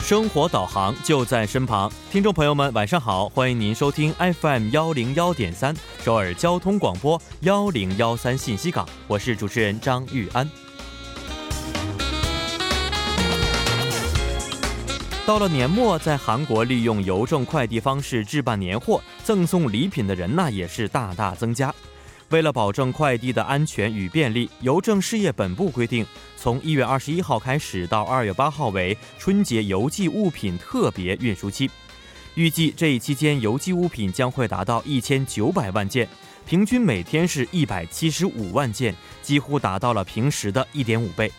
生活导航就在身旁，听众朋友们，晚上好，欢迎您收听 FM 幺零幺点三首尔交通广播幺零幺三信息港，我是主持人张玉安。到了年末，在韩国利用邮政快递方式置办年货、赠送礼品的人呢，也是大大增加。为了保证快递的安全与便利，邮政事业本部规定，从一月二十一号开始到二月八号为春节邮寄物品特别运输期。预计这一期间邮寄物品将会达到一千九百万件，平均每天是一百七十五万件，几乎达到了平时的一点五倍。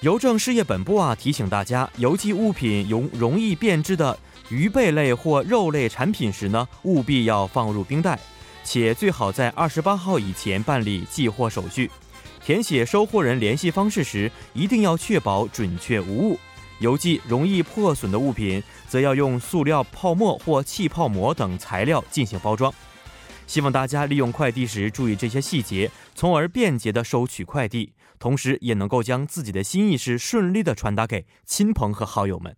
邮政事业本部啊提醒大家，邮寄物品容容易变质的鱼贝类或肉类产品时呢，务必要放入冰袋。且最好在二十八号以前办理寄货手续。填写收货人联系方式时，一定要确保准确无误。邮寄容易破损的物品，则要用塑料泡沫或气泡膜等材料进行包装。希望大家利用快递时注意这些细节，从而便捷地收取快递，同时也能够将自己的心意是顺利地传达给亲朋和好友们。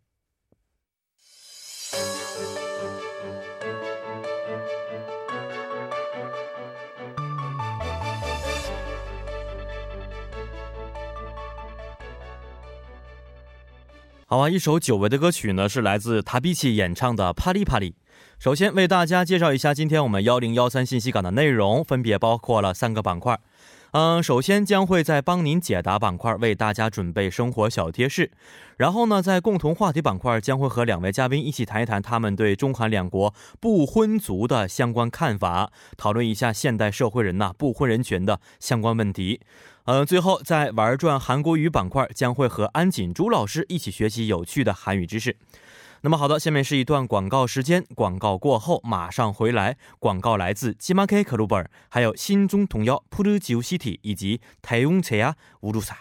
好啊，一首久违的歌曲呢，是来自塔比奇演唱的《啪哩啪哩》。首先为大家介绍一下今天我们幺零幺三信息港的内容，分别包括了三个板块。嗯，首先将会在帮您解答板块为大家准备生活小贴士，然后呢，在共同话题板块将会和两位嘉宾一起谈一谈他们对中韩两国不婚族的相关看法，讨论一下现代社会人呐、不婚人群的相关问题。嗯，最后在玩转韩国语板块将会和安锦珠老师一起学习有趣的韩语知识。那么好的，下面是一段广告时间，广告过后马上回来。广告来自 g m a K Club，还有新中童谣《p u r j u City》以及台拥车呀乌鲁萨。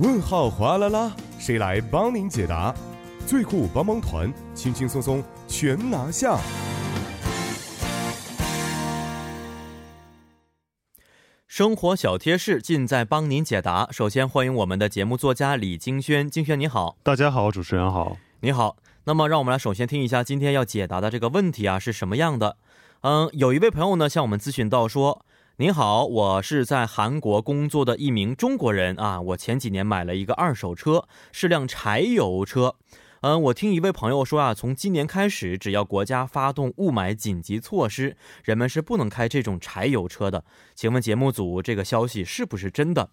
问号哗啦啦，谁来帮您解答？最酷帮帮团，轻轻松松全拿下。生活小贴士尽在帮您解答。首先欢迎我们的节目作家李金轩，金轩你好，大家好，主持人好。你好。那么让我们来首先听一下今天要解答的这个问题啊是什么样的。嗯，有一位朋友呢向我们咨询到说：“您好，我是在韩国工作的一名中国人啊，我前几年买了一个二手车，是辆柴油车。”嗯，我听一位朋友说啊，从今年开始，只要国家发动雾霾紧急措施，人们是不能开这种柴油车的。请问节目组这个消息是不是真的？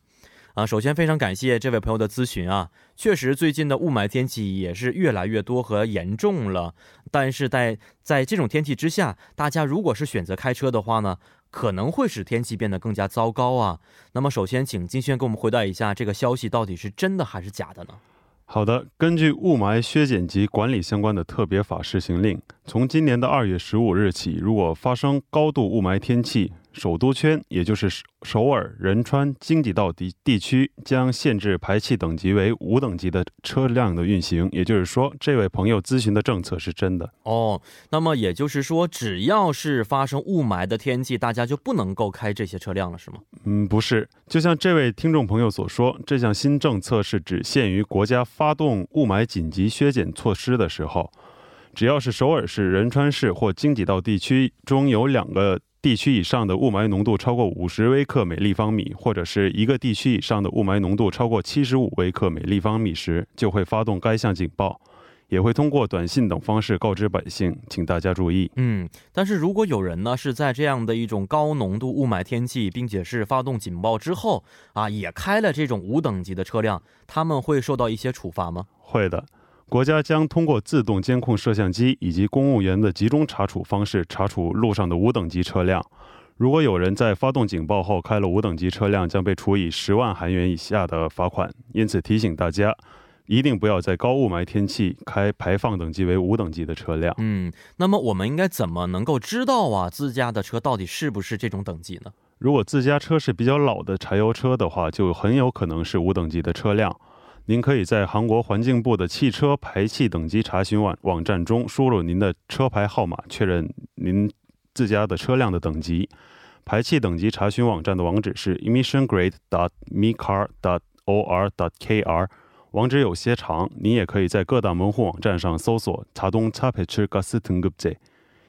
啊，首先非常感谢这位朋友的咨询啊，确实最近的雾霾天气也是越来越多和严重了，但是在在这种天气之下，大家如果是选择开车的话呢，可能会使天气变得更加糟糕啊。那么首先，请金轩给我们回答一下这个消息到底是真的还是假的呢？好的，根据《雾霾削减及管理相关的特别法施行令》，从今年的二月十五日起，如果发生高度雾霾天气，首都圈，也就是首首尔、仁川、京畿道地地区，将限制排气等级为五等级的车辆的运行。也就是说，这位朋友咨询的政策是真的。哦，那么也就是说，只要是发生雾霾的天气，大家就不能够开这些车辆了，是吗？嗯，不是，就像这位听众朋友所说，这项新政策是只限于国家发动雾霾紧急削减措施的时候，只要是首尔市、仁川市或京畿道地区中有两个地区以上的雾霾浓度超过五十微克每立方米，或者是一个地区以上的雾霾浓度超过七十五微克每立方米时，就会发动该项警报，也会通过短信等方式告知百姓，请大家注意。嗯，但是如果有人呢是在这样的一种高浓度雾霾天气，并且是发动警报之后啊，也开了这种五等级的车辆，他们会受到一些处罚吗？会的，国家将通过自动监控摄像机以及公务员的集中查处方式查处路上的五等级车辆。如果有人在发动警报后开了五等级车辆，将被处以十万韩元以下的罚款。因此提醒大家，一定不要在高雾霾天气开排放等级为五等级的车辆。嗯，那么我们应该怎么能够知道啊自家的车到底是不是这种等级呢？如果自家车是比较老的柴油车的话，就很有可能是五等级的车辆。您可以在韩国环境部的汽车排气等级查询网网站中输入您的车牌号码，确认您自家的车辆的等级。排气等级查询网站的网址是 emissiongrade.dot.micar.dot.or.dot.kr。网址有些长，你也可以在各大门户网站上搜索“자동차배출가스등급제”，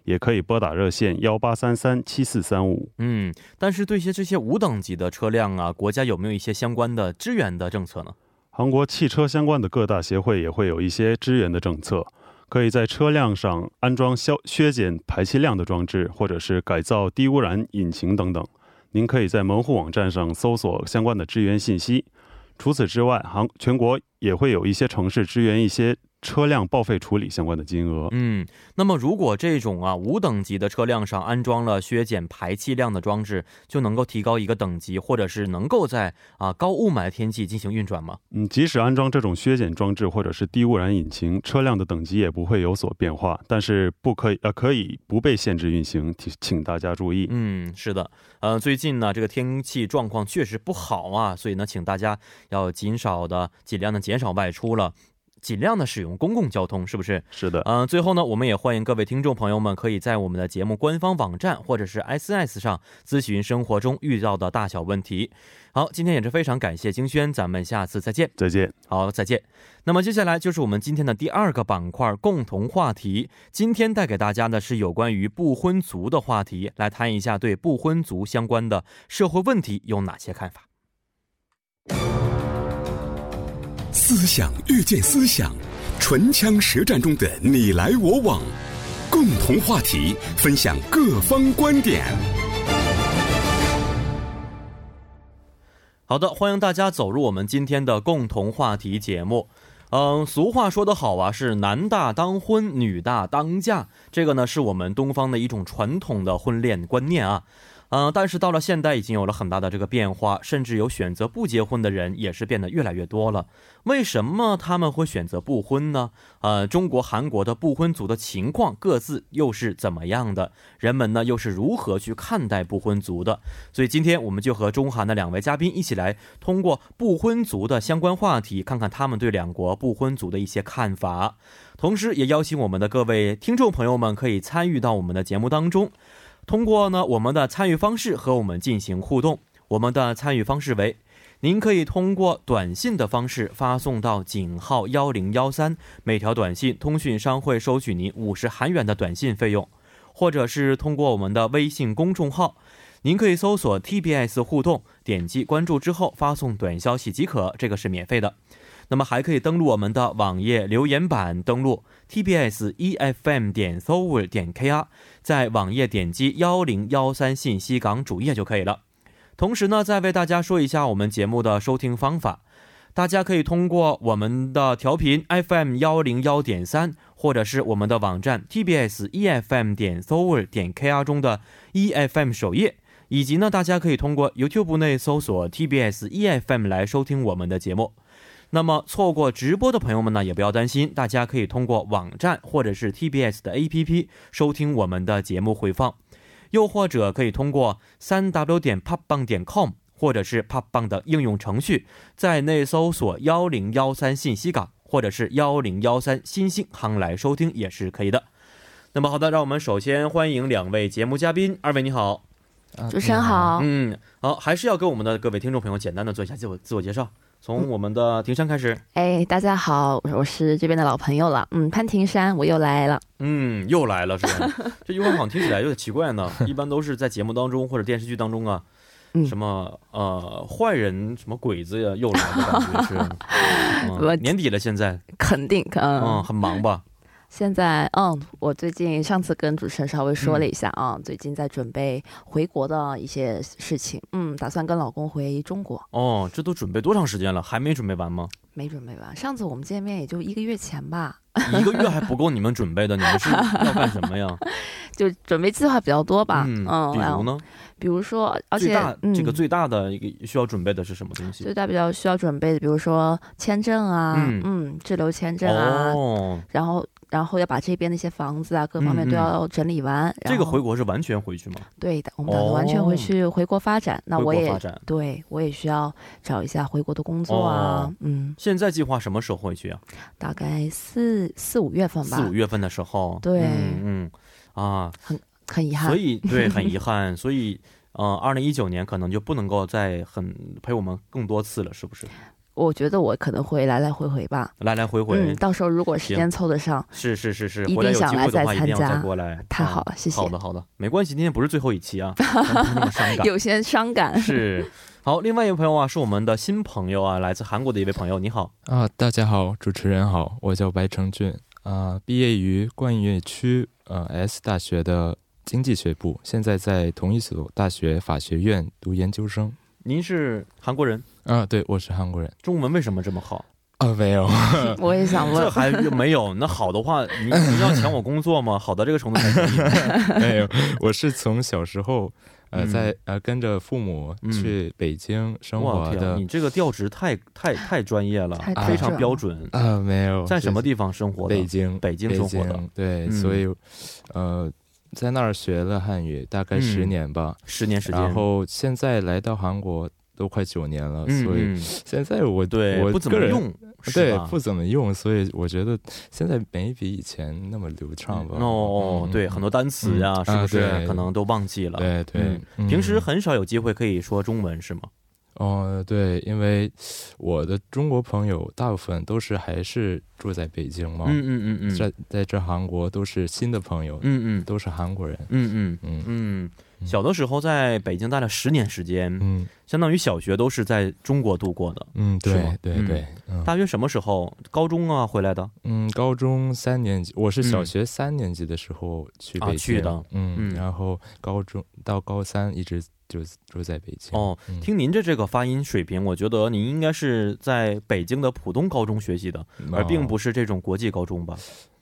也可以拨打热线幺八三三七四三五。嗯，但是对一些这些五等级的车辆啊，国家有没有一些相关的支援的政策呢？韩国汽车相关的各大协会也会有一些支援的政策，可以在车辆上安装消削减排气量的装置，或者是改造低污染引擎等等。您可以在门户网站上搜索相关的支援信息。除此之外，韩全国也会有一些城市支援一些车辆报废处理相关的金额。嗯，那么如果这种啊五等级的车辆上安装了削减排气量的装置，就能够提高一个等级，或者是能够在啊高雾霾天气进行运转吗？嗯，即使安装这种削减装置或者是低污染引擎，车辆的等级也不会有所变化，但是不可以呃可以不被限制运行，提请大家注意。嗯，是的，呃，最近呢这个天气状况确实不好啊，所以呢，请大家要尽少的、尽量的减少外出了，尽量的使用公共交通，是不是？是的，嗯、最后呢，我们也欢迎各位听众朋友们可以在我们的节目官方网站或者是 SS 上咨询生活中遇到的大小问题。好，今天也是非常感谢金轩，咱们下次再见。再见。好，再见。那么接下来就是我们今天的第二个板块——共同话题。今天带给大家的是有关于不婚族的话题，来谈一下对不婚族相关的社会问题有哪些看法。思想遇见思想，唇枪舌战中的你来我往，共同话题，分享各方观点。好的，欢迎大家走入我们今天的共同话题节目。嗯，俗话说得好啊，是男大当婚，女大当嫁。这个呢，是我们东方的一种传统的婚恋观念啊。嗯，但是到了现代，已经有了很大的这个变化，甚至有选择不结婚的人也是变得越来越多了。为什么他们会选择不婚呢？呃，中国、韩国的不婚族的情况各自又是怎么样的？人们呢又是如何去看待不婚族的？所以今天我们就和中韩的两位嘉宾一起来，通过不婚族的相关话题，看看他们对两国不婚族的一些看法。同时，也邀请我们的各位听众朋友们可以参与到我们的节目当中，通过呢我们的参与方式和我们进行互动。我们的参与方式为：您可以通过短信的方式发送到井号幺零幺三，每条短信通讯商会收取您五十韩元的短信费用，或者是通过我们的微信公众号。您可以搜索 TBS 互动，点击关注之后发送短消息即可，这个是免费的。那么还可以登录我们的网页留言板，登录 tbs efm E 点 s o u r 点 kr，在网页点击幺零幺三信息港主页就可以了。同时呢，再为大家说一下我们节目的收听方法，大家可以通过我们的调频 FM 幺零幺点三，或者是我们的网站 tbs efm E 点 s o u r 点 kr 中的 efm 首页。以及呢，大家可以通过 YouTube 内搜索 TBS EFM E 来收听我们的节目。那么错过直播的朋友们呢，也不要担心，大家可以通过网站或者是 TBS 的 APP 收听我们的节目回放，又或者可以通过三 w 点 p o p b a n 点 com 或者是 p o p b a n 的应用程序，在内搜索幺零幺三信息港或者是幺零幺三新星行来收听也是可以的。那么好的，让我们首先欢迎两位节目嘉宾，二位你好，呃主持人好，嗯，啊好，还是要跟我们的各位听众朋友简单的做一下自我自我介绍，从我们的庭山开 始。哎，大家好，我是这边的老朋友了，嗯，潘庭山，我又来了，嗯，又来了是 吧？这句话好像听起来有点奇怪呢。一般都是在节目当中或者电视剧当中啊，嗯什么呃坏人什么鬼子呀又来了，感觉 是。我嗯、年底了，现在肯定，嗯，嗯很忙吧？现在，嗯，我最近上次跟主持人稍微说了一下嗯啊、最近在准备回国的一些事情，嗯，打算跟老公回中国，哦，这都准备多长时间了？还没准备完 吗？没准备完，上次我们见面也就一个月前吧，一个月还不够你们准备的，你们是要干什么呀？就准备计划比较多 吧，嗯，嗯，比然如后呢？比如说，而最且大、嗯这个最大的一个需要准备的是什么东西最？大比较需要准备的，比如说签证啊，嗯嗯，滞留签证啊，哦，然后然后要把这边的一些房子啊，各方面嗯嗯都要整理完。然这个后回国是完全回去吗？对的，我们打哦算完全回去、回国发展。那回我国也发展对我也需要找一下回国的工作啊，哦嗯，现在计划什么时候回去啊？大概四四五月份吧。四五月份的时候。对嗯嗯啊，很遗憾所，以对，很 遗憾，所以呃，二零一九年可能就不能够再很陪我们更多次了，是不是？我觉得我可能会来来回回吧。来来回回，嗯，到时候如果时间凑得上，是是是是，一定回来有机想来会的话，再一定要参再加过来。太啊好了，谢谢好。的好的，没关系，今天不是最后一 期啊，不要那么伤感。有些伤感，是，好，另外一位朋友啊，是我们的新朋友啊，来自韩国的一位朋友，你好，啊，大家好，主持人好，我叫白成俊啊，毕业于冠岳区呃 S 大学的经济学部，现在在同一所大学法学院读研究生。您是韩国人，啊，对，我是韩国人中文为什么这么好？啊，没有，嗯我也想 这问， 还没有，那好的话，你你要抢我工作吗？好到这个程度才可以。 没有，我是从小时候呃嗯在呃跟着父母去北京生我活天啊，的你这个调职太太太专业了太，专非业常了标准。啊，没有，在什么是地方生活的？北京，北京北生活的京对，嗯所以呃在那儿学了汉语，大概十嗯年吧。十年时间。然后现在来到韩国都快九年了，嗯，所以嗯现在我对我不怎个么人用，是对吧不怎么用，所以我觉得现在没比以前那么流畅吧。哦嗯，对，很多单词呀，嗯是不是啊对可能都忘记了？对对嗯，嗯平时很少有机会可以说中文，是吗？哦对，因为我的中国朋友大部分都是还是住在北京嘛，嗯嗯嗯嗯，在在这韩国都是新的朋友，嗯嗯都是韩国人。嗯嗯嗯嗯，小的时候在北京待了十年时间，嗯相当于小学都是在中国度过的。嗯，是吗对对嗯对，嗯大约什么时候？高中啊回来的？嗯，高中三年级，我是小嗯学三年级的时候去啊北京，去的嗯嗯，然后高中到高三一直就住在北京。哦，嗯，听您的这个发音水平，我觉得您应该是在北京的普通高中学习的，而并不哦，是这种国际高中吧？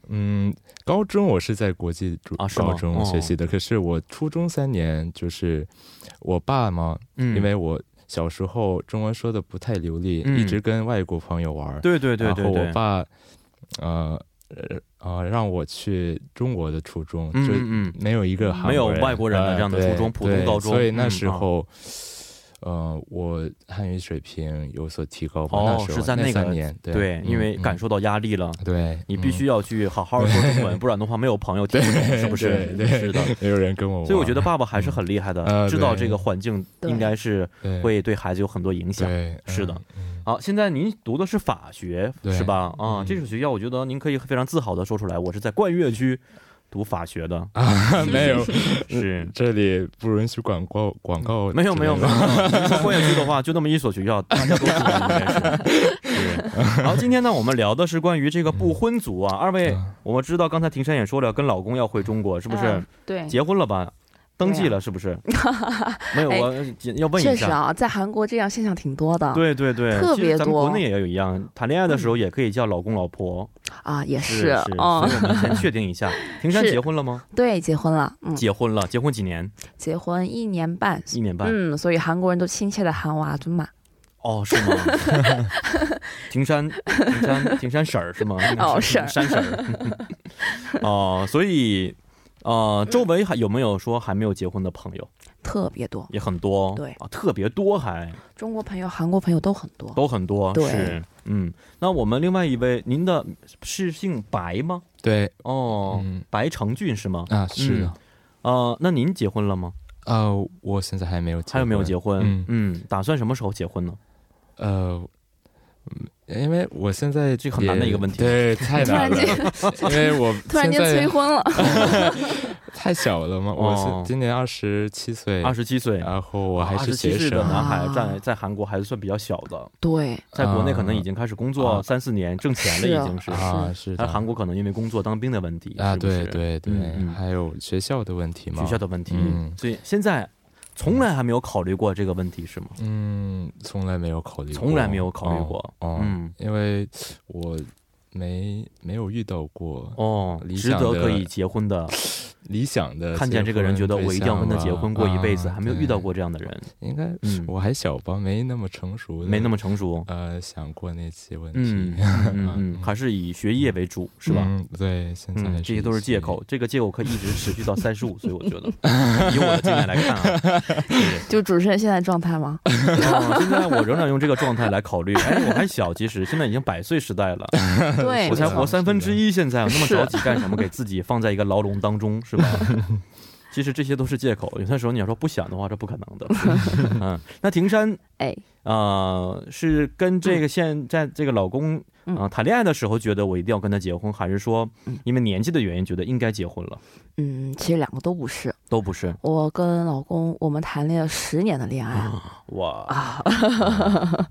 嗯，高中我是在国际主啊是吗高中学习的，可是我初中三年就是我爸嘛，嗯，因为我小时候中文说的不太流利，嗯一直跟外国朋友玩儿，对对对对然后对，我爸，呃。呃啊，让我去中国的初中，嗯就嗯嗯没有一个韩没有国外国人的这样的呃初中对普通对高中所以嗯那时啊候，呃，我汉语水平有所提高吧。哦那时候是在那那个三年，对，对，因为感受，受到压力了。嗯对你必须要去好好说中 文，不然的话没有朋友听不懂，是不是？对对是的。嗯没有人跟我玩，所以我觉得爸爸还是很厉害的，嗯呃知道对这个环境应该是对会对孩子有很多影响。对是的，嗯好，现在您读的是法学对是吧？啊、嗯这所学校我觉得您可以非常自豪的说出来，我是在冠岳区读法学的，嗯 没有，是。这里不允许广告广告之嗯类的，没有没有没有，您说冠岳区的话，就那么一所学校，大家都知道应该 是。是。然后今天呢，我们聊的是关于这嗯个不婚族啊，二位，我们知道刚才庭山也说了，跟老公要回中国，是不是？嗯对，结婚了吧？登记对啊了是不 是？没有，哎我要问确一实下。啊，在韩国这样现象挺多的。对对对，特其实别咱们国多嗯内也有一样，谈恋爱的时候也可以叫老公老婆，啊，也是是。所嗯以，我们先确定一 下，庭山是结婚了吗？对，结婚了，嗯，结婚了，结婚几年？结婚一年半，一年半。嗯，所以韩国人都亲切的喊我阿尊嘛。哦，是 吗？庭山，庭山，庭山婶儿是吗？ 哦婶儿山婶儿。 哦，所以。呃，周围还有没有说还没有结婚的朋友？特别多，也很多，对啊，特别多还。中国朋友、韩国朋友都很多。都很多，对是，嗯。那我们另外一位，您的是姓白吗？对哦，嗯白成俊是吗？啊是的，呃，那您结婚了吗？啊，我现在还没有还有没有结婚？嗯打算什么时候结婚呢？呃，嗯，因为我现在这个很难的一个问题也对，太突然难了，间，因为我突然间现在催婚了。太小了嘛，我哦是今年二十七岁，二十七岁，然后啊我还二是十学七岁生的，男孩，啊在在韩国还算比较小的， 对，在国内可能已经开始工作啊三四年，挣钱了已经是。啊，是在的，韩国可能因为工作、当兵的问题啊，是不是对对对嗯，嗯还有学校的问题嘛，学校的问题，嗯所以现在从来还没有考虑过这个问题是吗？嗯，从来没有考虑过，从来没有考虑过，哦，哦嗯，因为我没没有遇到过哦，理值想得的可以结婚的，理想的结婚对象吧，看见这个人觉得我一定要跟他结婚过一辈子，啊还没有遇到，过对这样的人，哎应该嗯我还小吧，没那么成熟的，没那么成熟，呃想过那些问嗯题，嗯嗯，还是以学业为主，是吧？嗯对，现在还嗯，这些都是借口，以。这个借口可以一直持续到三十五岁，我觉 得，以我的经验来看啊，就主持人现在状 态吗？哦现在我仍然用这个状态来考虑，哎，我还小，其实现在已经百岁时代了，对，啊我才没错啊 活三分之一，现在我那么着急干什么？给自己放在一个牢笼当中，是吧？其实这些都是借口。有些时候你要说不想的话，这不可能 的。嗯，那婷山哎，啊、呃是跟这个现在这个老公嗯啊、呃谈恋爱的时候，觉得我一定要跟他结婚，还是说因为年纪的原因，觉得应该结婚了？嗯，其实两个都不是。都不是。我跟老公我们谈了十年的恋啊爱，哇，啊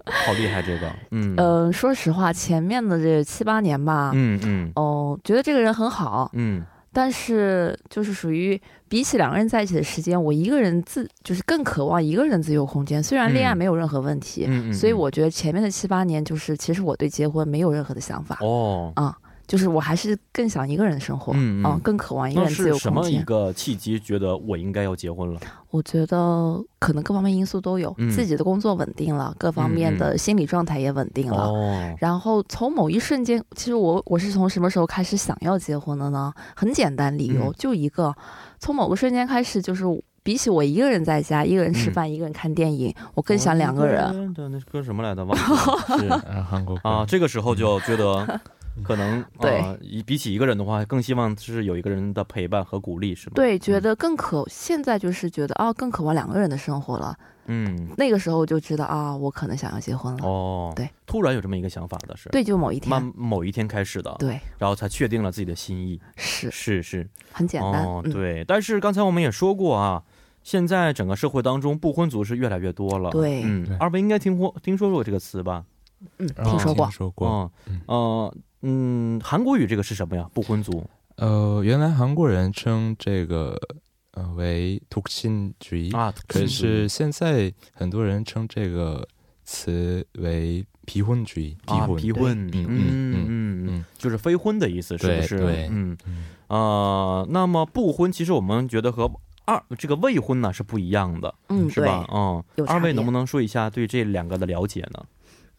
好厉害这个。嗯嗯、说实话，前面的这七八年吧，嗯嗯哦，觉得这个人很好，嗯但是就是属于比起两个人在一起的时间，我一个人自就是更渴望一个人自由空间。虽然恋爱嗯没有任何问题，嗯嗯，所以我觉得前面的七八年就是，其实我对结婚没有任何的想法，啊哦，就是我还是更想一个人生活，啊嗯嗯更渴望一个那人自是由什空么一间。个契机，觉得我应该要结婚了？我觉得可能各方面因素都有，嗯自己的工作稳定了，各方面的心理状态也稳定了。哦，然后从某一瞬间，其实我我是从什么时候开始想要结婚的呢？很简单，理由、嗯就一个，从某个瞬间开始，就是比起我一个人在家，一个人吃嗯饭，一个人看电影，我哦更想两个人。我的。那歌什么来的？忘了是 啊，韩国歌啊，这个时候就觉得可能对啊，一比起一个人的话，更希望是有一个人的陪伴和鼓励，是吗？，对，觉得更渴，现在就是觉得啊，更渴望两个人的生活了。嗯，那个时候就知道啊，我可能想要结婚了。哦，对，突然有这么一个想法的是，，对，就某一天，慢某一天开始的，对，然后才确定了自己的心意，是是是，很简单。哦，嗯，对。但是刚才我们也说过啊。现在整个社会当中，不婚族是越来越多了。对嗯对，二位应该听过听说过这个词吧？嗯，啊听说过听。说过。嗯，呃，嗯，韩国语这个是什么呀？不婚族。呃，原来韩国人称这个呃为独信主义，啊，可是现在很多人称这个词为逼婚主义，逼啊，婚，逼婚，嗯嗯嗯嗯嗯嗯，就是非婚的意思，是不对是？对嗯嗯呃，那么不婚其实我们觉得和二这个未婚呢是不一样的，嗯，是对，吧？嗯有，差二位别能不能说一下对这两个的了解呢？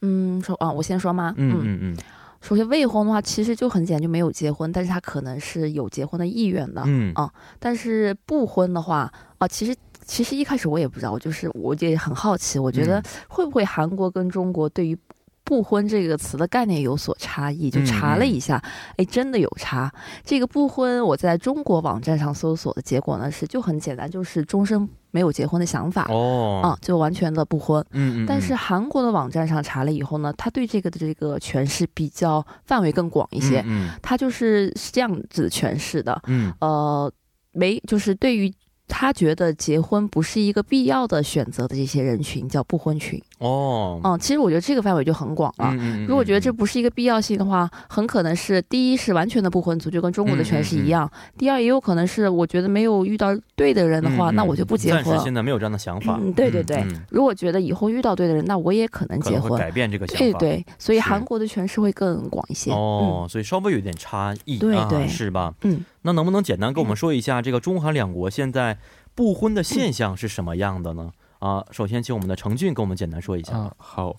嗯，说啊，我先说吗？嗯嗯嗯首先，未婚的话其实就很简单，就没有结婚，但是他可能是有结婚的意愿的。嗯啊但是不婚的话啊，其实其实一开始我也不知道，我就是我也很好奇，我觉得嗯会不会韩国跟中国对于不婚这个词的概念有所差异？就嗯查了嗯一下，哎，真的有差。这个不婚，我在中国网站上搜索的结果呢是就很简单，就是终身没有结婚的想法。哦啊，就完全的不婚，嗯嗯，但是韩国的网站上查了以后呢，他对这个的这个诠释比较范围更广一一些，嗯他就是是这样子诠释的，嗯呃，没就是对于他觉得结婚不是一个必要的选择的这些人群叫不婚群，哦嗯，其实我觉得这个范围就很广了。嗯嗯嗯啊如果觉得这嗯不是一个必要性的话，很可能是第一是完全的不婚族，就跟中嗯国的诠释一样；第二也有可能是我觉得没有遇到对的人的话，嗯嗯那我就不结暂时婚。现在没有这样的想法。嗯，对对对。嗯嗯如果觉得以后遇到对的人，那我也可能可结能会婚。改变这个想对法。对，所以是韩国的诠释会更广一些。哦，所以稍微有点差异，对啊对是吧？嗯，那能不能简单跟我们说一下这个中韩两国现在不婚的现象是什么样的呢？啊，首先请我们的程俊跟我们简单说一下。啊，好。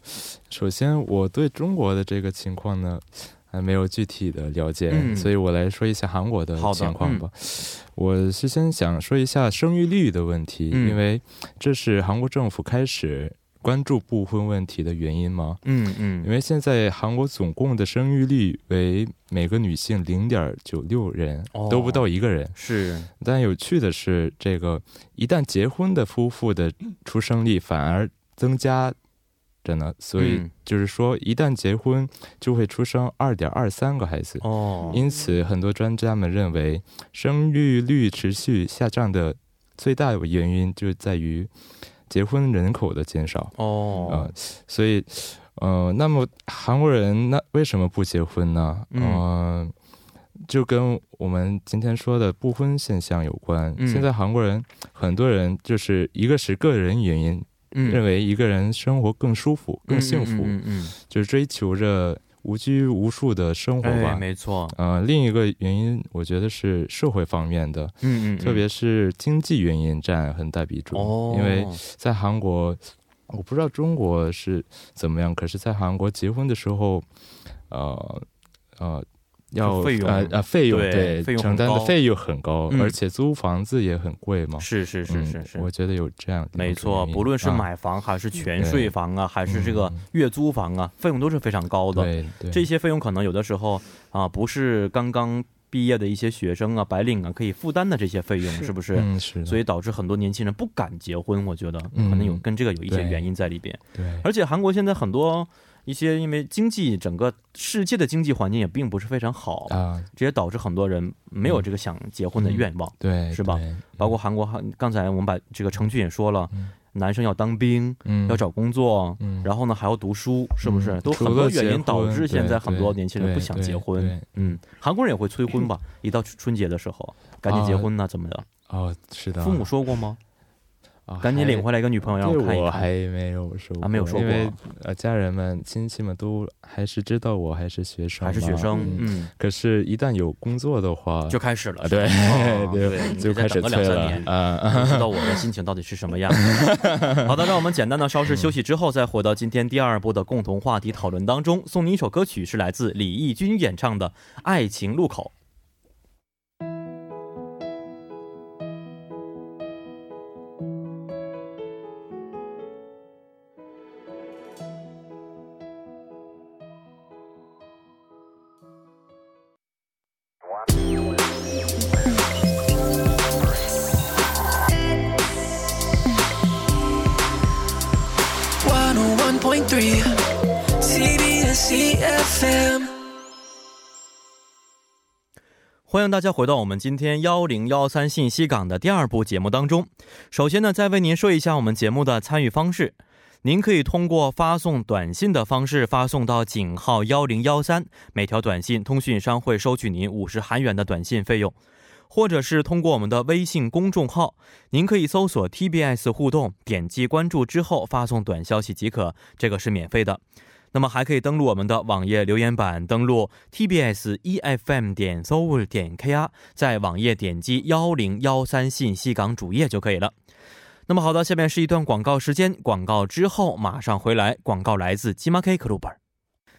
首先，我对中国的这个情况呢，还没有具体的了解，嗯所以我来说一下韩国的好的嗯情况吧。我是先想说一下生育率的问题，嗯因为这是韩国政府开始关注不婚问题的原因嘛。嗯嗯因为现在韩国总共的生育率为每个女性零点九六人哦，都不到一个人。是但有趣的是，这个一旦结婚的夫妇的出生率反而增加着呢，所以嗯就是说，一旦结婚就会出生二点二三个孩子。嗯哦，因此，很多专家们认为，生育率持续下降的最大原因就在于结婚人口的减少。哦呃，所以，呃，那么韩国人那为什么不结婚呢？嗯呃，就跟我们今天说的不婚现象有关。嗯现在韩国人很多人就是一个是个人原因，嗯认为一个人生活更舒服、更幸福，嗯嗯嗯就是追求着无拘无束的生嗯活哎，吧。没错，呃，另一个原因，我觉得是社会方面的，嗯嗯，嗯特别是经济原因占很大比重，哦，因为在韩国，我不知道中国是怎么样，可是，在韩国结婚的时候，呃呃，要费用呃呃费用对费用很承担的高费用很高，嗯而且租房子也很贵嘛。是是是嗯是是。我觉得有这样的没一个错，原因不论是啊买房还是全税房啊，还是这个嗯月租房啊，费用都是非常高的。对对这些费用可能有的时候啊，不是刚刚毕业的一些学生啊、白领啊可以负担的这些费用，是是不是？嗯，是的，所以以导致很多年轻人不敢结婚，我觉得嗯可能有跟这个有一些对原因在里边。对，而且韩国现在很多一些因为经济整个世界的经济环境也并不是非常好，啊，嗯这也导致很多人没有这个想结婚的愿望。对，是吧对？包括韩国，韩刚才我们把这个程序也说了，嗯男生要当兵，嗯，要找工作，嗯，然后呢还要读书，是不是？嗯都很除多了结原因导致婚现在对很多年轻人对不想对结对婚。嗯，韩国人也会催婚吧？一到春节的时候，赶紧啊结婚呐、怎么的？哦，是的，父母说过吗？啊赶紧领回来一个女朋友让对看一我看还。没有说啊没有过说因为过呃家人们亲戚们都还是知道我还是学生，还是学，生，嗯，可是，一旦有工作的话，就开始了啊，对哦 对，你就再开始等个催两三了年啊， 不知道我的心情到底是什么样。 好的，让我们简单的稍事休息之后，再回到今天第二波的共同话题讨论当中。送您一首歌曲，是来自李翊君演唱的《爱情路口》。 101.3 CBS EFM 欢迎大家回到我们今天幺零幺三信息港的第二部节目当中。首先呢，再为您说一下我们节目的参与方式。您可以通过发送短信的方式发送到井号幺零幺三，每条短信通讯商会收取您五十韩元的短信费用，或者是通过我们的微信公众号，您可以搜索 TBS 互动，点击关注之后发送短消息即可，这个是免费的。那么还可以登录我们的网页留言板，登录 tbs efm E 点 s o u 点 kr，在网页点击幺零幺三信息港主页就可以了。那么好的，下面是一段广告时间，广告之后马上回来。广告来自金马 K Club。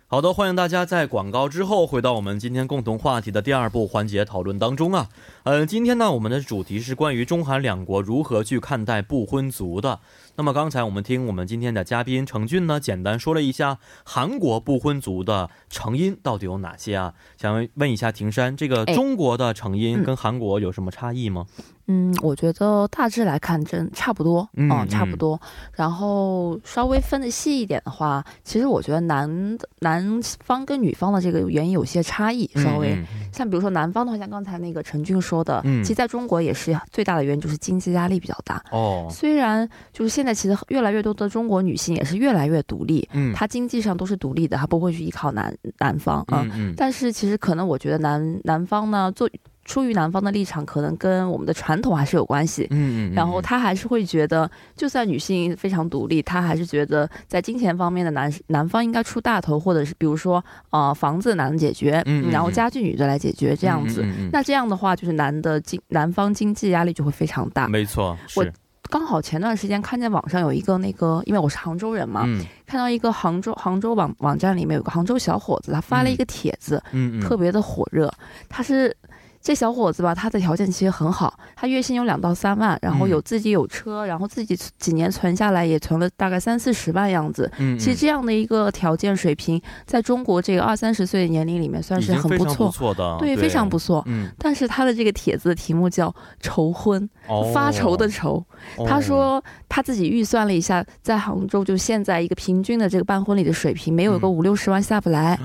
好的，欢迎大家在广告之后回到我们今天共同话题的第二部环节讨论当中啊。嗯、今天呢，我们的主题是关于中韩两国如何去看待不婚族的。那么刚才我们听我们今天的嘉宾程俊呢，简单说了一下韩国不婚族的成因到底有哪些啊？想问一下庭山，这个哎中国的成因嗯跟韩国有什么差异吗？嗯，我觉得大致来看真差不多，啊嗯差不嗯多。然后稍微分的细一点的话，其实我觉得男男方跟女方的这个原因有些差异，稍微、嗯像比如说男方的话，像刚才那个陈俊说的，嗯其实在中国也是最大的原因就是经济压力比较大。哦，虽然就是现在其实越来越多的中国女性也是越来越独立，嗯，她经济上都是独立的，她不会去依靠男男方啊。嗯嗯，但是其实可能我觉得男男方呢，做出于男方的立场，可能跟我们的传统还是有关系。嗯嗯，然后他还是会觉得，就算女性非常独立，他还是觉得在金钱方面的男男方应该出大头，或者是比如说呃房子男的解决，嗯嗯然后嗯家具女的来解决这样子。嗯嗯嗯那这样的话，就是男的经男方经济压力就会非常大。没错，是我呃刚好前段时间看见网上有一个那个，因为我是杭州人嘛，嗯看到一个杭州杭州网网站里面有个杭州小伙子，他发了一个帖子，嗯嗯，特别的火热。他是这小伙子吧，他的条件其实很好，他月薪有两到三万，然后嗯有自己有车，然后自己几年存下来也存了大概三四十万样子。嗯，嗯其实这样的一个条件水平，在中国这个二三十岁的年龄里面算已是经很非不常错，错的，对，非常不错。嗯，但是他的这个帖子的题目叫“愁婚”，哦发愁的，愁。他说他自己预算了一下，在杭州就现在一个平均的这个办婚礼的水平，没有个嗯五六十万下不来，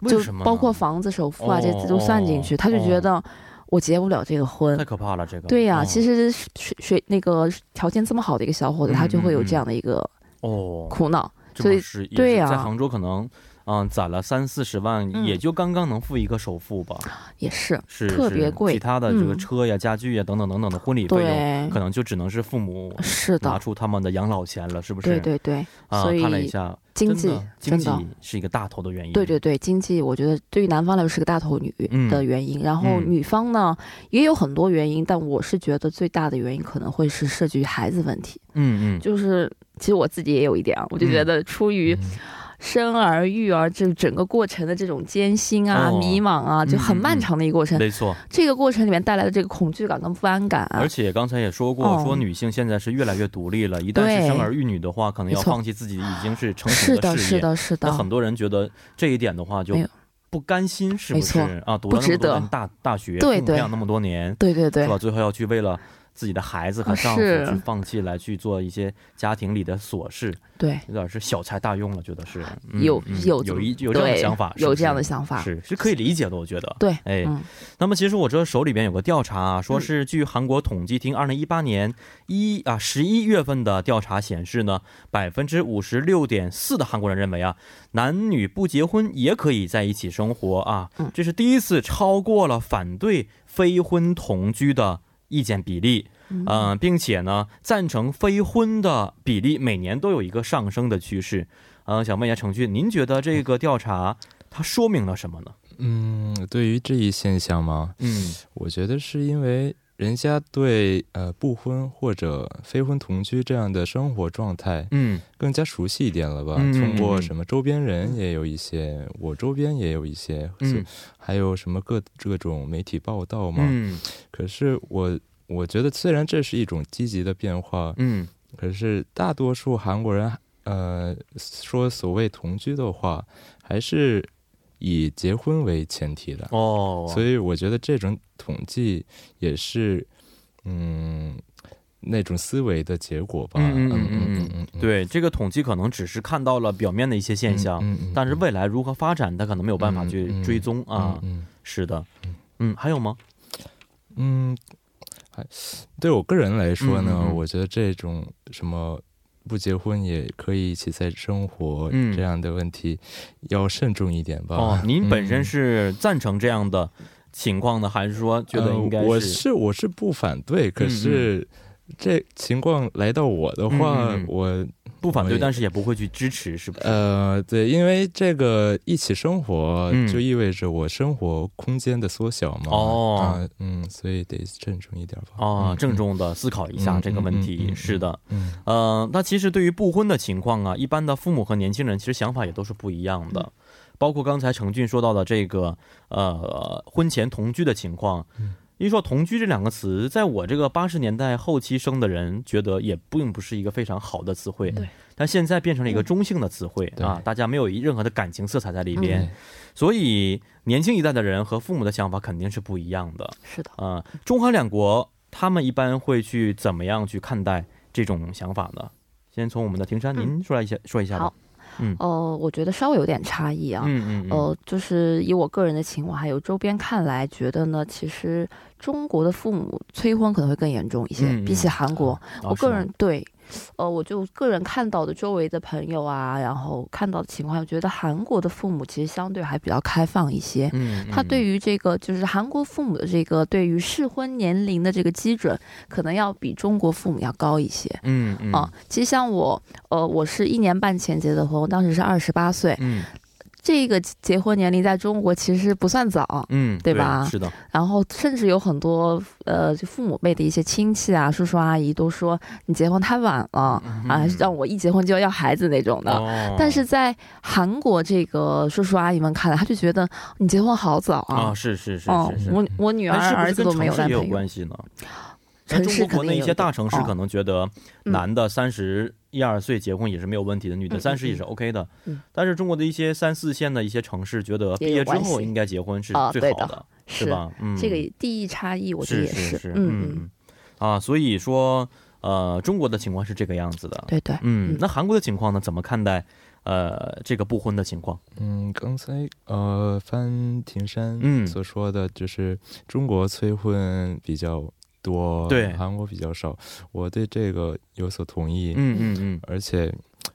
为就什么呢包括房子首付啊哦这些都算进去，哦他就觉得我结不了这个婚太。哦可怕了，这个对呀、其实实学学那个条件这么好的一个小伙子，嗯他就会有嗯这样的一个哦，苦恼。这所以么是也对是呀在杭州可能嗯攒了三四十万，嗯也就刚刚能付一个首付吧，也是，是特是别贵其他的这个嗯车呀、家具呀等等等等的婚礼费用，对可，能就只能是父母是拿的，出他们的养老钱了，是不是？对对对，啊，所以看了一下，经济真的经真济的。是一个大头的原因，对对对，经济我觉得对于男方来说是个大头女嗯的原因，然后嗯女方呢也有很多原因，但我是觉得最大的原因可能会是涉及于孩子问题，嗯，嗯嗯，就是其实我自己也有一点啊，我就觉嗯得出于生儿育儿这整个过程的这种艰辛啊、哦迷茫啊，就很嗯嗯漫长的一个过程，没错。这个过程里面带来的这个恐惧感跟不安感啊而，且刚才也说过，哦说女性现在是越来越独立了，一旦是对生儿育女的话，可能要没错放弃自己已经是成是熟的，事是业。的，是那的，很多人觉得这一点的话，就没有不甘心，是不是没啊？读了那不么值多得年大大学，对供对养那么多年，对对对是，吧？最后要去为了自己的孩子和啊丈夫是去放弃，来去做一些家庭里的琐事，对，有点是小财大用了，觉得是、嗯有嗯有有一有这样的对想法，是有不这样是的想法，是是可以理解的，我觉得。对，哎嗯那么其实我这手里边有个调查啊，说是据韩国统计厅二零一八年一啊十一月份的调查显示呢，百分之五十六点四的韩国人认为啊，男女不结婚也可以在一起生活啊嗯，这是第一次超过了反对非婚同居的意见比例。嗯、并且呢，赞成非婚的比例每年都有一个上升的趋势。嗯、想问一下程俊，您觉得这个调查它说明了什么呢？嗯，对于这一现象嘛，嗯我觉得是因为人家对呃不婚或者非婚同居这样的生活状态嗯更加熟悉一点了吧？嗯通嗯过嗯什么周边人也有一些，我周边也有一些，嗯，还有什么各各种媒体报道嘛。嗯可是我我觉得，虽然这是一种积极的变化，嗯可是大多数韩国人，呃，说所谓同居的话，还是以结婚为前提的。哦，所以我觉得这种统计也是，嗯，那种思维的结果吧。嗯嗯嗯嗯嗯嗯嗯，对这个统计可能只是看到了表面的一些现象，嗯嗯嗯但是未来如何发展，他可能没有办法去追踪啊。嗯嗯是的，嗯，还有吗？嗯，还对我个人来说呢，嗯嗯嗯我觉得这种什么不结婚也可以一起在生活嗯这样的问题，要慎重一点吧。哦，您本身嗯是赞成这样的情况的，还是说觉得呃应该我是？是我是不反对，可嗯嗯是这情况来到我的话，嗯嗯嗯我不反我对，也但是也不会去支持，是不是？呃，对，因为这个一起生活嗯就意味着我生活空间的缩小嘛。哦啊嗯，所以得慎重一点吧。啊，嗯郑。重的思考一下嗯这个问题。嗯嗯嗯嗯是的，嗯，呃，那其实对于不婚的情况啊，一般的父母和年轻人其实想法也都是不一样嗯的。包括刚才程俊说到的这个呃婚前同居的情况，嗯一说同居这两个词，在我这个八十年代后期生的人觉得也并不是一个非常好的词汇，对，但现在变成了一个中性的词汇、嗯对啊，大家没有任何的感情色彩在里边，嗯所以年轻一代的人和父母的想法肯定是不一样的。是的，啊、中韩两国他们一般会去怎么样去看待这种想法呢？先从我们的庭山嗯您说来一下，说一下吧好。呃，我觉得稍微有点差异啊，嗯嗯嗯，呃，就是以我个人的情况，还有周边看来，觉得呢，其实中国的父母催婚可能会更严重一些，嗯嗯比起韩国，哦我是个吗人对，呃，我就个人看到的周围的朋友啊，然后看到的情况，我觉得韩国的父母其实相对还比较开放一些。嗯，嗯他对于这个就是韩国父母的这个对于适婚年龄的这个基准，可能要比中国父母要高一些嗯嗯啊。其实像我，呃，我是一年半前结的婚，我当时是二十八岁，嗯这个结婚年龄在中国其实不算早，嗯，对吧是的，然后甚至有很多呃就父母辈的一些亲戚啊、叔叔阿姨都说你结婚太晚了、啊，让我一结婚就要孩子那种的。嗯哦但是在韩国这个叔叔阿姨们看来，他就觉得你结婚好早啊，啊。是是是哦是是，，我我女儿但是不儿是子跟都没城有市男也有朋友，关系呢？ 城在市中肯国国内定一有些一大点城市哦可能觉得嗯男的三十一二岁结婚也是没有问题的，女的嗯嗯三十也是 OK 的嗯。但是中国的一些三四线的一些城市，觉得毕也业有之关后系应该结婚是啊最对好的的，是是吧？嗯，这个地域差异，我觉得是也是，嗯嗯，嗯啊，所以说呃，中国的情况是这个样子的。对对，嗯嗯，那韩国的情况呢？怎么看待呃这个不婚的情况？嗯，刚才呃，翻庭嗯山所说的就是中国催婚比较多，对韩国比较少，我对这个有所同意。嗯嗯嗯而且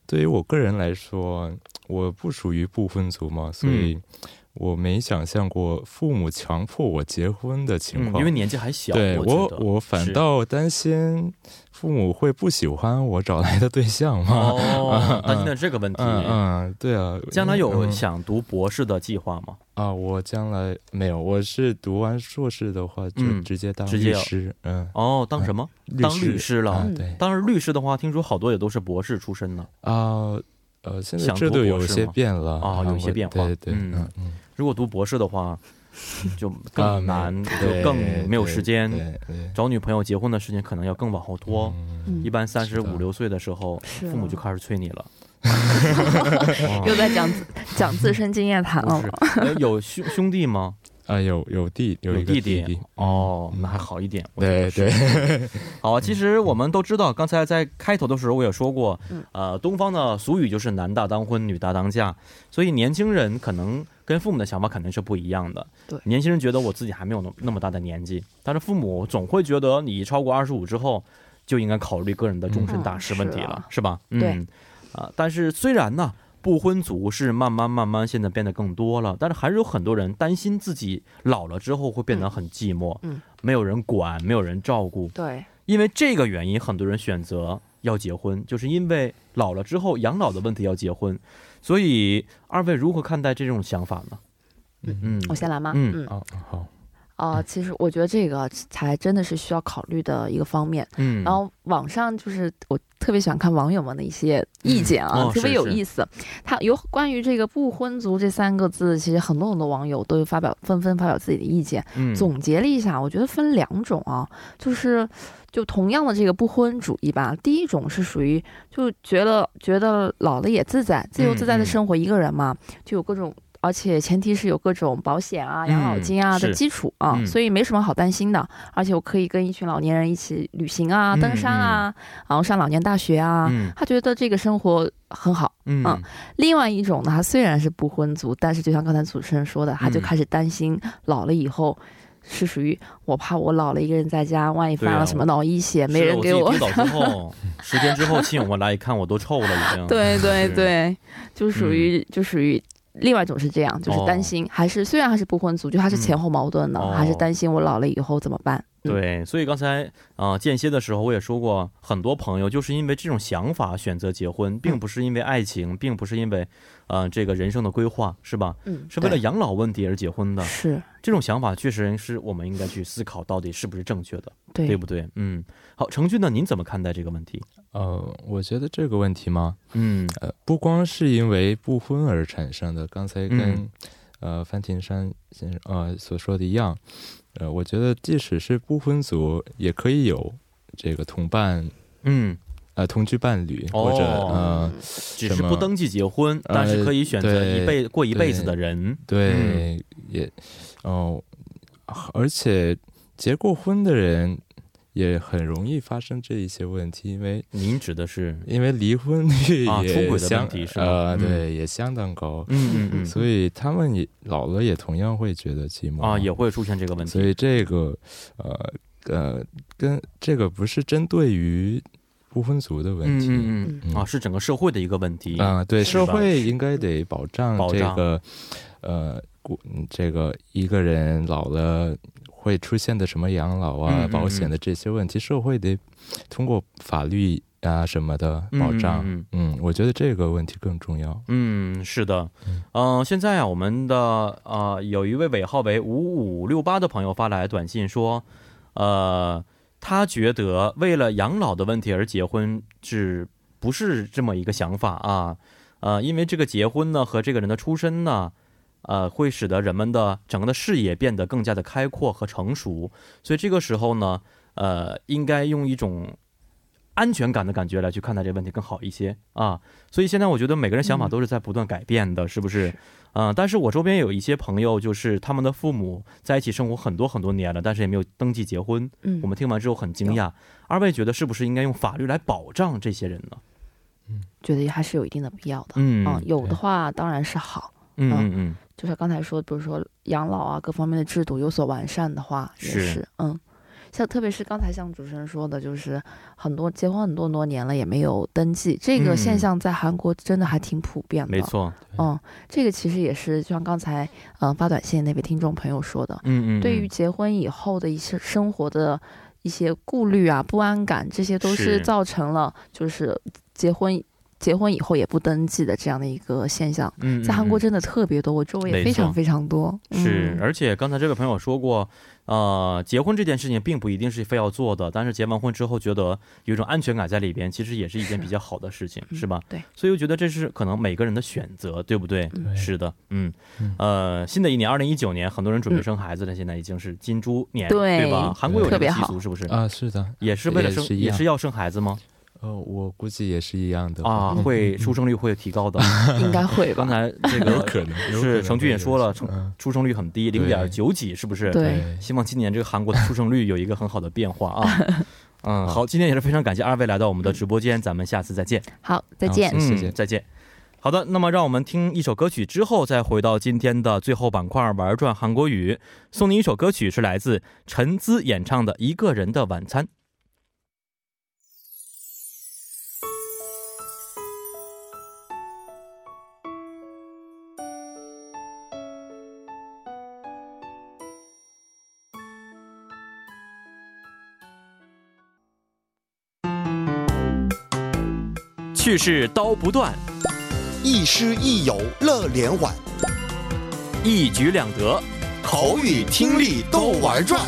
对于我个人来说，我不属于不婚族嘛，所嗯以我没想象过父母强迫我结婚的情嗯，况。因为年纪还小，对我我觉，得我反是倒担心父母会不喜欢我找来的对象嘛。哦， 担心的这个问题。嗯嗯，对啊，将来有嗯想读博士的计划吗？啊，我将来没有，我是读完硕士的话就嗯直接当直接哦律要师，嗯，哦，当什么？当律师了啊嗯对当然，律师的话，听说好多也都是博士出身呢。啊，呃，现在想制读度博有士些吗变了啊有我些变化对对，嗯嗯嗯，如果读博士的话，就啊更没难，对就更没有时对间。对对找女朋友、结婚的时间可能要更往后拖。嗯嗯一般三十是的五六岁的时候，是父母啊就开始催你了。又在讲 自讲自身经验谈不了是。呃有兄兄弟吗？啊，有有弟有一个弟弟嗯哦，那还好一点。我觉得对对，好啊，其实我们都知道，刚才在开头的时候我也说过嗯，呃，东方的俗语就是男大当婚，女大当嫁，所以年轻人可能跟父母的想法肯定是不一样的。对年轻人觉得我自己还没有那那么大的年纪，但是父母总会觉得你超过二十五之后就应该考虑个人的终身大事问题了，嗯嗯是吧？对嗯，啊、但是虽然呢。不婚族是慢慢慢慢现在变得更多了，但是还是有很多人担心自己老了之后会变得很寂寞，嗯嗯没有人管，没有人照顾，对，因为这个原因，很多人选择要结婚，就是因为老了之后养老的问题要结婚。所以，二位如何看待这种想法呢？ 嗯我先来吗？嗯嗯啊好，啊、其实我觉得这个才真的是需要考虑的一个方面。嗯，然后网上就是我特别喜欢看网友们的一些意见啊，哦特别是有是意思。他有关于这个“不婚族”这三个字，其实很多很多网友都有发表纷纷发表自己的意见。嗯总结了一下，我觉得分两种啊，就是就同样的这个不婚主义吧。第一种是属于就觉得觉得老了也自在，自由自在嗯的生活，一个人嘛，就有各种。而且前提是有各种保险啊、养老金啊嗯的是基础啊，嗯所以没什么好担心的。而且我可以跟一群老年人一起旅行啊、嗯登山啊，然后上老年大学啊，嗯他觉得这个生活很好。嗯嗯另外一种呢，他虽然是不婚族，但是就像刚才主持人说的，他就开始担心老了以后。是属于我怕我老了一个人在家，万一对啊犯了什么脑溢血，没是啊人给我我。自己督导之后，十天之后亲友们来一看，我都臭了已 经。对对是对，就属于、就属于另外一种是这样，就是哦担心，还是虽然他是不婚族，就他是前后矛盾的，嗯哦还是担心我老了以后怎么办？嗯，对，所以刚才啊、呃间歇的时候我也说过，很多朋友就是因为这种想法选择结婚，并不是因为爱情，并不是因为呃这个人生的规划，是吧？嗯，是为了对养老问题而结婚的。是这种想法确实是我们应该去思考，到底是不是正确的，对对不对？嗯，好，程俊呢，您怎么看待这个问题？呃，我觉得这个问题嘛，嗯呃，不光是因为不婚而产生的，刚才跟、嗯呃范廷山先生呃所说的一样，呃，我觉得即使是不婚族，也可以有这个同伴嗯，呃同居伴侣、哦或者呃只是什么不登记结婚，呃但是可以选择对一辈过一辈子的人。对、嗯也哦、而且结过婚的人也很容易发生这一些问题，因为您指的是？因为离婚率也啊相、出轨的问题是吧呃，嗯对，也相当高。嗯嗯嗯，所以他们也老了也同样会觉得寂寞啊，也会出现这个问所题。以这个呃呃跟这个不是针对于不婚族的问题。嗯嗯嗯，啊，是整个社会的一个问题。啊、对，是吧社会应该得保障保这障个，呃，过嗯这个一个人老了会出现的什么养老啊、嗯嗯保险的这些问题，社会得通过法律啊什么的嗯保障。嗯嗯嗯我觉得这个问题更重要。嗯，是的，嗯、现在啊，我们的呃，有一位尾号为五五六八的朋友发来短信说，呃，他觉得为了养老的问题而结婚是不是这么一个想法啊？呃，因为这个结婚呢和这个人的出身呢，呃，会使得人们的整个的视野变得更加的开阔和成熟，所以这个时候呢，呃，应该用一种安全感的感觉来去看待这个问题更好一些啊。所以现在我觉得每个人想法都是在不断改变的，是不是？嗯、但是我周边有一些朋友，就是他们的父母在一起生活很多很多年了，但是也没有登记结婚。嗯我们听完之后很惊讶，二位觉得是不是应该用法律来保障这些人呢？觉得还是有一定的必要的。嗯嗯，有的话当然是好。嗯嗯嗯，就是刚才说，比如说养老啊，各方面的制度有所完善的话，也是是嗯，像特别是刚才像主持人说的，就是很多结婚很多很多年了也没有登记，这个现嗯象在韩国真的还挺普遍的。没，错，嗯，这个其实也是就像刚才嗯、呃发短信那位听众朋友说的，嗯嗯，嗯对于结婚以后的一些生活的一些顾虑啊、不安感，这些都是是造成了就是结婚结婚以后也不登记的这样的一个现象。嗯嗯在韩国嗯真的特别多，我周围没也非错常非常多。是，嗯、而且刚才这位朋友说过，呃，结婚这件事情并不一定是非要做的，但是结完婚之后觉得有一种安全感在里边，其实也是一件是比较好的事情，是嗯吧？对，所以我觉得这是可能每个人的选择，对不对？嗯是的，嗯嗯，呃，新的一年二零一九年，很多人准备嗯生孩子了，现在已经是金猪年，对吧？韩国有特这个别习好俗是不是？啊，是的，也是为了也生，是一也样是要生孩子吗？呃，我估计也是一样的啊，嗯会出生率会提 高的。应该会 吧刚？才这有个可能有可是能程会俊也有说了，嗯出生率很低，对零点九几，是不是？对希望今年这个韩国的出生率有一个很好的变化啊。嗯，好，今天也是非常感谢二位来到我们的直播间，咱们下次再见。好，再好见。哎谢谢嗯，再见。好的，那么让我们听一首歌曲之后，再回到今天的最后板块玩转韩国语。送您一首歌曲，是来自陈姿演唱的《一个人的晚餐》。去世刀不断，亦师亦友乐连环，一举两得。口语听力都玩转。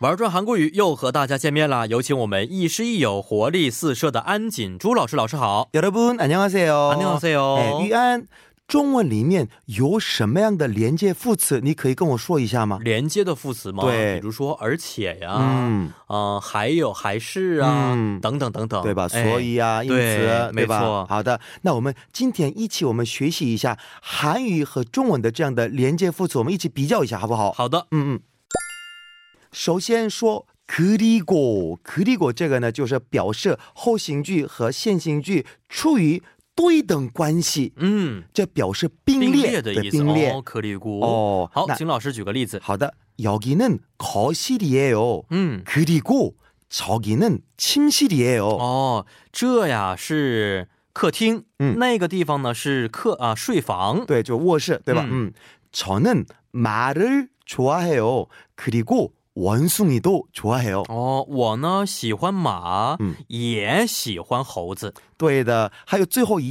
玩转韩国语又和大家见面啦！有请我们亦师亦友、活力四射的安锦珠老师，老师好。 여러분안녕하세요 안녕하세요 哎，玉安，中文里面有什么样的连接副词？你可以跟我说一下吗？连接的副词嘛，对比如说而且呀，嗯，嗯，呃，还有还是啊，嗯等等等等，对吧？哎所以啊，因对此，没对错吧？好的，那我们今天一起我们学习一下韩语和中文的这样的连接副词，我们一起比较一下，好不好？好的，嗯嗯。首先说 “grigo grigo” 这个呢，就是表示后行句和先行句处于对等关系，嗯，这表示并并列列的对意思并列哦，颗粒谷哦好，那请老师举个例子。好的，여기는 거실이에요. 嗯， 그리고 저기는 침실이에요. 哦，这呀是客厅，嗯那个地方呢是客啊睡房，对,就卧室对吧 음. 음. 저는 말을 좋아해요. 그리고 원숭이도 좋아해요. 哦，我呢喜欢马，嗯也喜欢猴子。对的.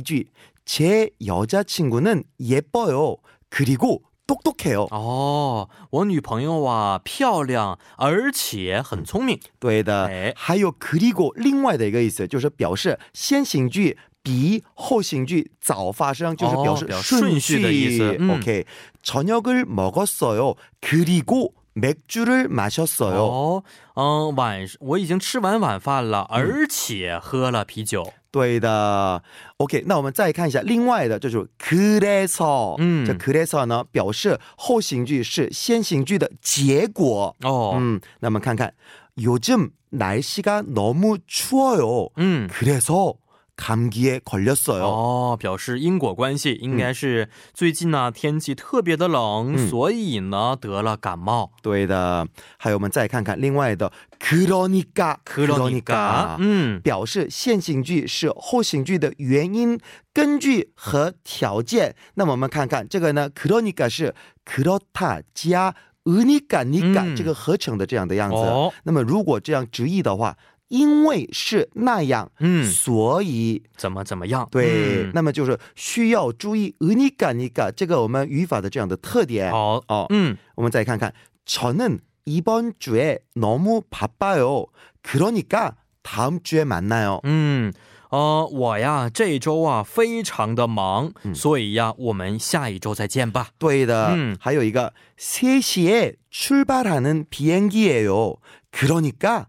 还有最后一句.제 여자친구는 예뻐요. 그리고 똑똑해요. 哦，我女朋友啊漂亮，而且很聪明。哎。 네. 对的.还有 그리고 另外的一个意思就是表示先行句。比后行句早发生，就是哦表示表示顺顺序的意思嗯 OK， 저녁을먹었어요。그리고맥주를마셨어요。 哦，嗯，晚我已经吃完晚饭了，嗯而且喝了啤酒。对的，OK。那我们再看一下另外的，就是 그래서， 嗯这 그래서呢表示后行句是先行句的结果。哦，嗯，那么看看，요즘날씨가너무추워요。 嗯， 그래서감기에걸렸어요。 哦，表示因果关系，应该是最近呢、天气特别的冷，嗯所以呢得了感冒。对的，还有我们再看看另外的 “kronika”， 그러니까. 음. 嗯，表示现行句是后行句的原因、根据和条件。那么我们看看这个呢，“kronika” 是 “krota” 加 “unika nika” 嗯这个合成的这样的样子。哦，那么如果这样直译的话，因为是那样，嗯，所以怎么怎么样？对，嗯那么就是需要注意 “unika nika” 这个我们语法的这样的特点。好，哦，嗯，我们再看看 저는 이번 주에 너무 바빠요. 그러니까 다음 주에 만나요. 嗯，呃，我呀这周啊非常的忙，嗯所以呀我们下一周再见吧。对的. 음. 还有一个 3시에 출발하는 비행기예요. 그러니까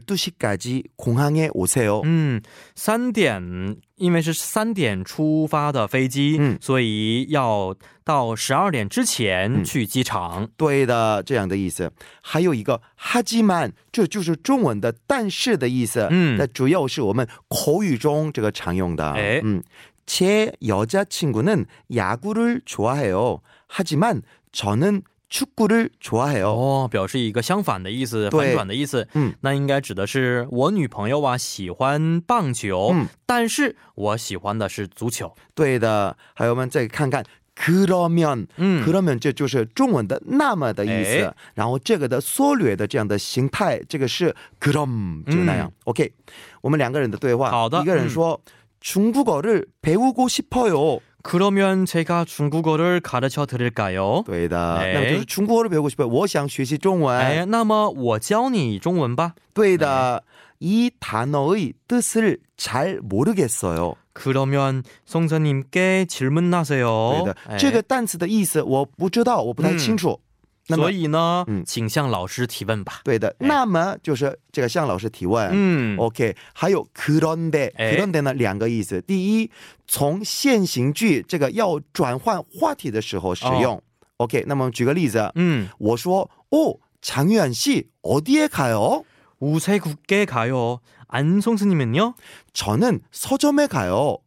12시까지 공항에 오세요. 嗯，三点，因为是三点出发的飞机，嗯所以要到十二点之前嗯去机场。对的，这样的意思。还有一个 하지만 这就是中文的但是的意思。嗯。那主要是我们口语中这个常用的。哎。嗯。제 여자친구는 야구를 좋아해요. 하지만 저는 축구를 좋아해요. 哦，表示一个相反的意思，对反转的意思。嗯，那应该指的是我女朋友啊喜欢棒球，嗯但是我喜欢的是足球。对的。还有我们再看看 그러면 嗯， 그러면 这就是中文的那么的意思。哎。然后这个的缩略的这样的形态，这个是 그럼 就那样。 OK，我们两个人的对话。嗯好的，嗯一个人说、 중국어를 배우고 싶어요. 그러면 제가 중국어를 가르쳐 드릴까요? 对的，哎。那么就是 중국어를 배우고 싶어요。我想学习中文。 哎，那么我教你中文吧。对的，이 단어의 뜻을 잘 모르겠어요. 그러면 선생님께 질문하세요. 哎嗯对的，这个单词的意思我不知道，我不太清楚。那么所以呢，嗯请向老师提问吧。对的，那么就是这个向老师提问。哎嗯， OK，还有 그런데 哎 그런데呢两个意思。第一，从现行句这个要转换话题的时候使用。OK，那么举个例子，嗯，我说哦，장유한씨어디에가요？ 우세 국게 가요. 안 선생님은요? 저는서점에가요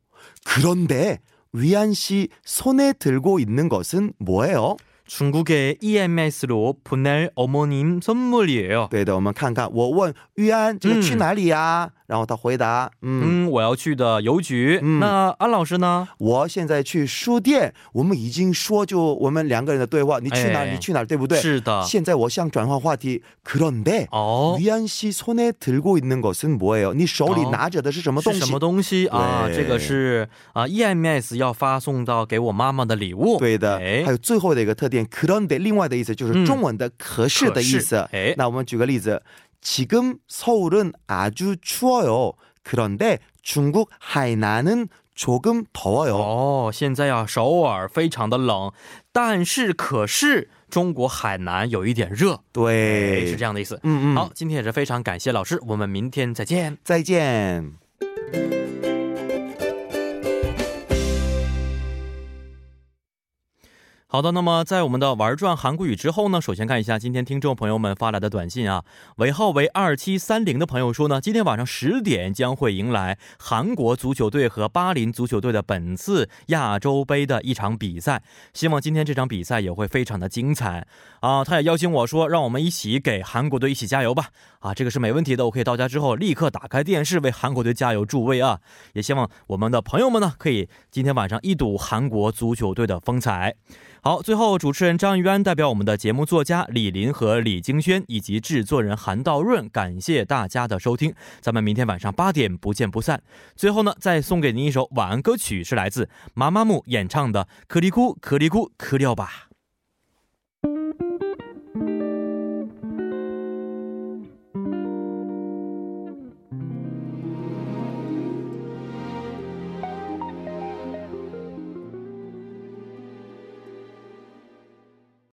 그런데위안씨손에들고있는것은뭐예요？ 중국의 E EMS로 보낼 어머님 선물이에요. 对的，我们看看，我问玉安这个去嗯哪里呀、然后他回答，嗯， 음, 我要去的邮局. 음. 나, 안 老师呢?我现在去书店。我们已经说就我们两个人的对话，你去哪儿？哎你去哪儿？对不对？是的.现在我想转换话题，그런데 어, 위안씨손에들고있는것은뭐예요？你手里哦拿着的是什么东是西？什么东西啊？对这个是啊，EMS 要发送到给我妈妈的礼物。对的，哎还有最后的一个特点그런데，另外的意思就嗯是中文的“可是”的意思。可是哎那我们举个例子，지금서울은아주추워요그런데중국하이난은조금더워요。 哦，现在呀、首尔非常的冷，但是可是中国海南有一点热，哎，对，是这样的意思。嗯嗯，好，，今天也是非常感谢老师，我们明天再见。再见。好的，那么在我们的玩转韩国语之后呢，首先看一下今天听众朋友们发来的短信啊，尾号为二七三零的朋友说呢，今天晚上十点将会迎来韩国足球队和巴林足球队的本次亚洲杯的一场比赛，希望今天这场比赛也会非常的精彩啊！他也邀请我说，让我们一起给韩国队一起加油吧！啊，这个是没问题的，我可以到家之后立刻打开电视为韩国队加油助威啊！也希望我们的朋友们呢，可以今天晚上一睹韩国足球队的风采。好，最后主持人张玉安代表我们的节目作家李林和李京轩以及制作人韩道润，感谢大家的收听，咱们明天晚上八点不见不散。最后呢，再送给您一首晚安歌曲，是来自妈妈木演唱的《可里哭可里哭可了吧》。